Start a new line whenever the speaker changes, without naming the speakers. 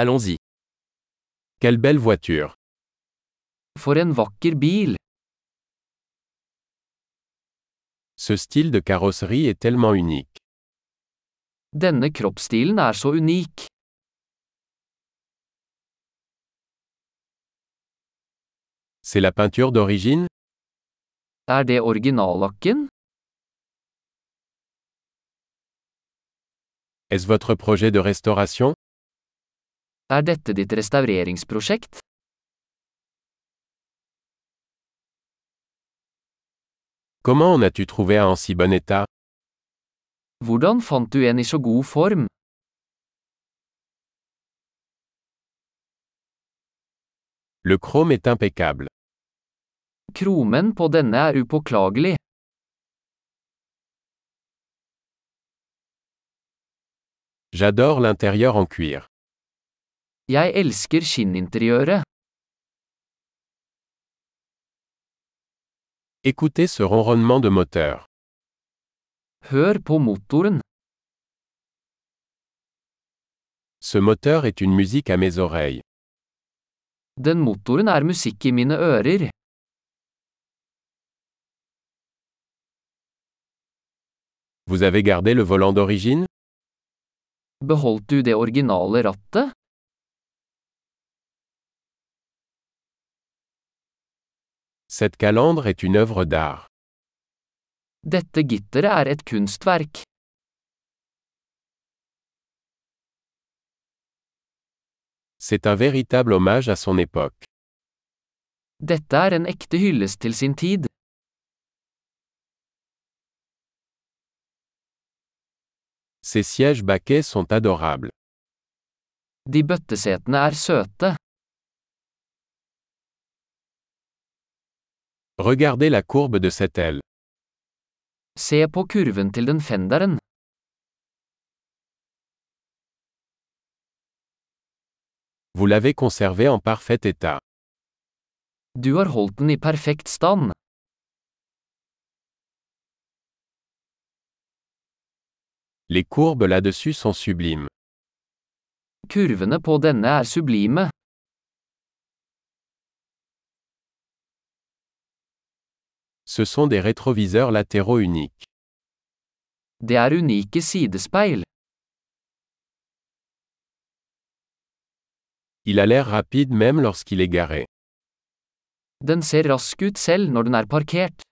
Allons-y. Quelle belle voiture.
For en vakker bil!
Ce style de carrosserie est tellement unique.
Denne kroppsstilen er så unik.
C'est la peinture d'origine
Er det originallakken?
Est-ce votre projet de restauration
Er dette ditt restaureringsprosjekt?
Comment en as-tu trouvé un en si bon état
Hvordan fant du en i så god form?
Le chrome est impeccable.
Kromen på denne er upåklagelig.
J'adore l'intérieur en cuir.
Jeg elsker skinninteriøret.
Écoutez ce ronronnement de moteur.
Hør på motoren.
Ce moteur est une musique à mes oreilles.
Den motoren er musikk i mine ører.
Vous avez gardé le volant d'origine
Beholdt du det originale rattet?
Cette calandre est une œuvre d'art.
Dette gitteret er et kunstverk.
C'est un véritable hommage à son époque.
Dette er en ekte hyllest til sin tid.
Ces sièges baquets sont adorables.
De bøttesetene er søte.
Regardez la courbe de cette aile.
Se på kurven til den fenderen.
Vous l'avez conservé en parfait état.
Du har holdt den i perfekt stand.
Les courbes là-dessus sont sublimes.
Kurvene på denne er sublime.
Ce sont des rétroviseurs latéraux uniques.
Det er unike sidespeil.
Il a l'air rapide même lorsqu'il est garé.
Den ser rask ut selv når den er parkert.